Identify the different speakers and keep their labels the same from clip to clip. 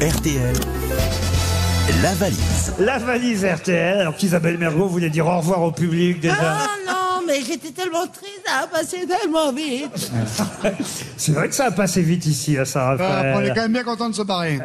Speaker 1: RTL, la valise.
Speaker 2: La valise RTL. Alors qu'Isabelle Mergot voulait dire au revoir au public déjà.
Speaker 3: Ah non, mais j'étais tellement triste, ça a passé tellement vite.
Speaker 2: C'est vrai que ça a passé vite ici, à
Speaker 4: Euh, on est
Speaker 2: Saint-Raphaël.
Speaker 4: quand même bien content de se barrer.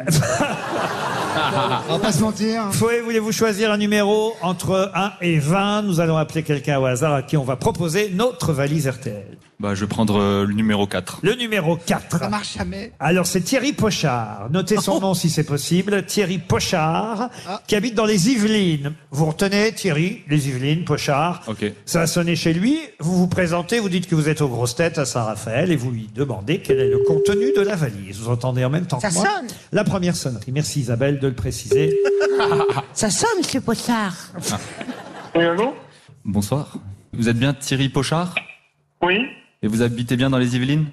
Speaker 4: on va pas se mentir. hein.
Speaker 2: Fouet, voulez-vous choisir un numéro entre 1 et 20 Nous allons appeler quelqu'un au hasard à qui on va proposer notre valise RTL.
Speaker 5: Bah, je vais prendre euh, le numéro 4.
Speaker 2: Le numéro 4.
Speaker 4: Ça marche jamais.
Speaker 2: Alors c'est Thierry Pochard. Notez son nom si c'est possible. Thierry Pochard,
Speaker 3: Ah.
Speaker 2: qui habite dans les Yvelines. Vous retenez Thierry, les Yvelines, Pochard.
Speaker 5: Ok.
Speaker 2: Ça a sonné chez lui. Vous vous présentez, vous dites que vous êtes aux grosses têtes à Saint-Raphaël et vous lui demandez quel est le contenu de la valise. Vous entendez en même temps
Speaker 3: Ça
Speaker 2: que moi
Speaker 3: sonne.
Speaker 2: la première sonnerie. Merci Isabelle de le préciser.
Speaker 3: Ça sonne, monsieur Pochard.
Speaker 6: Oui, allô
Speaker 5: Bonsoir. Vous êtes bien Thierry Pochard
Speaker 6: Oui,
Speaker 5: et vous habitez bien dans les Yvelines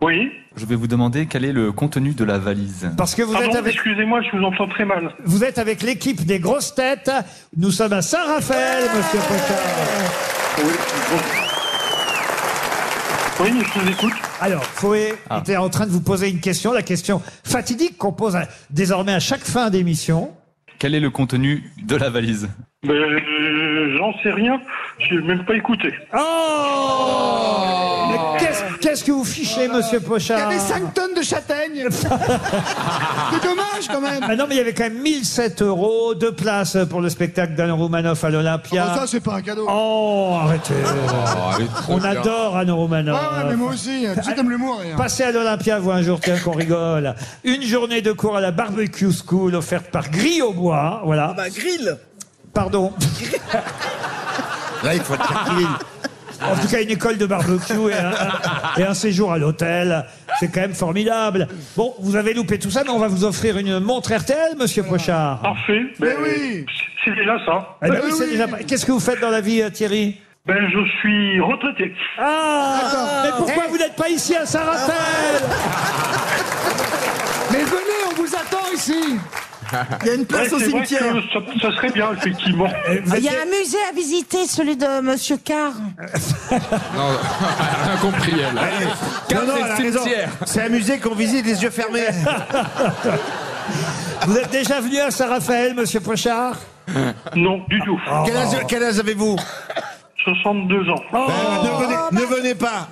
Speaker 6: oui.
Speaker 5: Je vais vous demander quel est le contenu de la valise.
Speaker 2: Parce que vous
Speaker 3: Ah
Speaker 6: Pardon,
Speaker 2: êtes avec
Speaker 6: excusez-moi, je vous entends très mal.
Speaker 2: Vous êtes avec l'équipe des grosses têtes. Nous sommes à Saint-Raphaël, monsieur Pochard.
Speaker 6: Oui, bon. oui je vous écoute.
Speaker 2: Alors, Foué était en train de vous poser une question, la question fatidique qu'on pose à- désormais à chaque fin d'émission.
Speaker 5: Quel est le contenu de la valise
Speaker 6: Ben, euh, j'en sais rien, je n'ai même pas écouté.
Speaker 2: Oh Mais qu'est-ce qu'est-ce que vous fichez, monsieur
Speaker 4: Il y
Speaker 2: Pochard
Speaker 4: avait 5 tonnes de châtaignes. C'est dommage quand même.
Speaker 2: Ah non, mais il y avait quand même 1007 euros, deux places pour le spectacle d'Alain Roumanoff à
Speaker 4: Ah, Bon,
Speaker 2: l'Olympia.
Speaker 4: ça, Ah, c'est pas un cadeau.
Speaker 2: Oh, arrêtez On adore Alain
Speaker 4: Ouais,
Speaker 2: Roumanoff.
Speaker 4: ouais, mais moi aussi. Tu sais, t'aimes l'humour. hein.
Speaker 2: Passez à l'Olympia, vous, un jour, tiens, qu'on rigole. Une journée de cours à la Barbecue School offerte par Gris au Bois. Voilà.
Speaker 3: Bah, grill.
Speaker 2: Pardon.
Speaker 1: Là, il faut être tranquille.
Speaker 2: En tout cas, une école de barbecue et un, et un séjour à l'hôtel. C'est quand même formidable. Bon, vous avez loupé tout ça, mais on va vous offrir une montre RTL, monsieur Pochard.
Speaker 6: Parfait.
Speaker 4: Mais
Speaker 6: Ben,
Speaker 4: oui.
Speaker 6: C'est c'est là ça.
Speaker 2: Eh ben oui,
Speaker 4: Ah oui.
Speaker 2: c'est déjà pas- Qu'est-ce que vous faites dans la vie, euh, Thierry
Speaker 6: Ben, je suis retraité.
Speaker 2: Ah Mais pourquoi
Speaker 4: Eh.
Speaker 2: vous n'êtes pas ici à Saint-Raphaël
Speaker 4: Mais venez, on vous attend ici.
Speaker 3: Il y a une
Speaker 6: Ouais, c'est vrai que ça, ça serait bien, effectivement.
Speaker 2: Eh, vous
Speaker 3: Il y
Speaker 2: étiez-
Speaker 3: a un musée à visiter, celui de monsieur Carr.
Speaker 7: Incompris, elle.
Speaker 1: Non, non, elle a raison. C'est un musée qu'on visite les yeux fermés.
Speaker 2: vous êtes déjà venu à Saint-Raphaël, monsieur Pochard
Speaker 6: Non, du tout.
Speaker 2: Ah.
Speaker 1: Quel âge, quel âge avez-vous
Speaker 6: 62 ans.
Speaker 1: Ben, ne, venez, ne venez pas.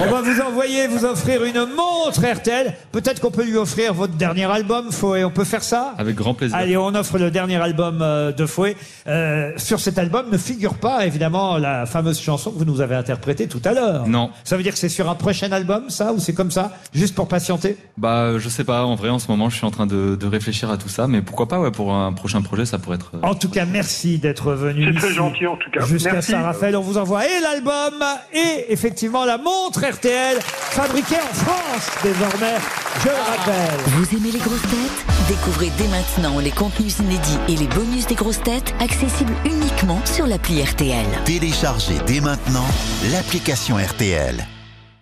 Speaker 2: On va vous envoyer, vous offrir une montre RTL. Peut-être qu'on peut lui offrir votre dernier album, Fouet. On peut faire ça
Speaker 5: Avec grand plaisir.
Speaker 2: Allez, on offre le dernier album euh, de Fouet. Euh, sur cet album ne figure pas, évidemment, la fameuse chanson que vous nous avez interprétée tout à l'heure.
Speaker 5: Non.
Speaker 2: Ça veut dire que c'est sur un prochain album, ça, ou c'est comme ça, juste pour patienter
Speaker 5: Bah, je sais pas, en vrai, en ce moment, je suis en train de, de réfléchir à tout ça, mais pourquoi pas, ouais, pour un prochain projet, ça pourrait être. euh,
Speaker 2: En tout cas, merci d'être venu.
Speaker 6: C'est très
Speaker 2: ici
Speaker 6: gentil, en tout cas.
Speaker 2: Jusqu'à
Speaker 6: Merci.
Speaker 2: Saint-Raphaël, on vous envoie et l'album et effectivement la montre RTL, fabriquée en France désormais, je le rappelle.
Speaker 8: Vous aimez les grosses têtes Découvrez dès maintenant les contenus inédits et les bonus des grosses têtes accessibles uniquement sur l'appli RTL.
Speaker 1: Téléchargez dès maintenant l'application RTL.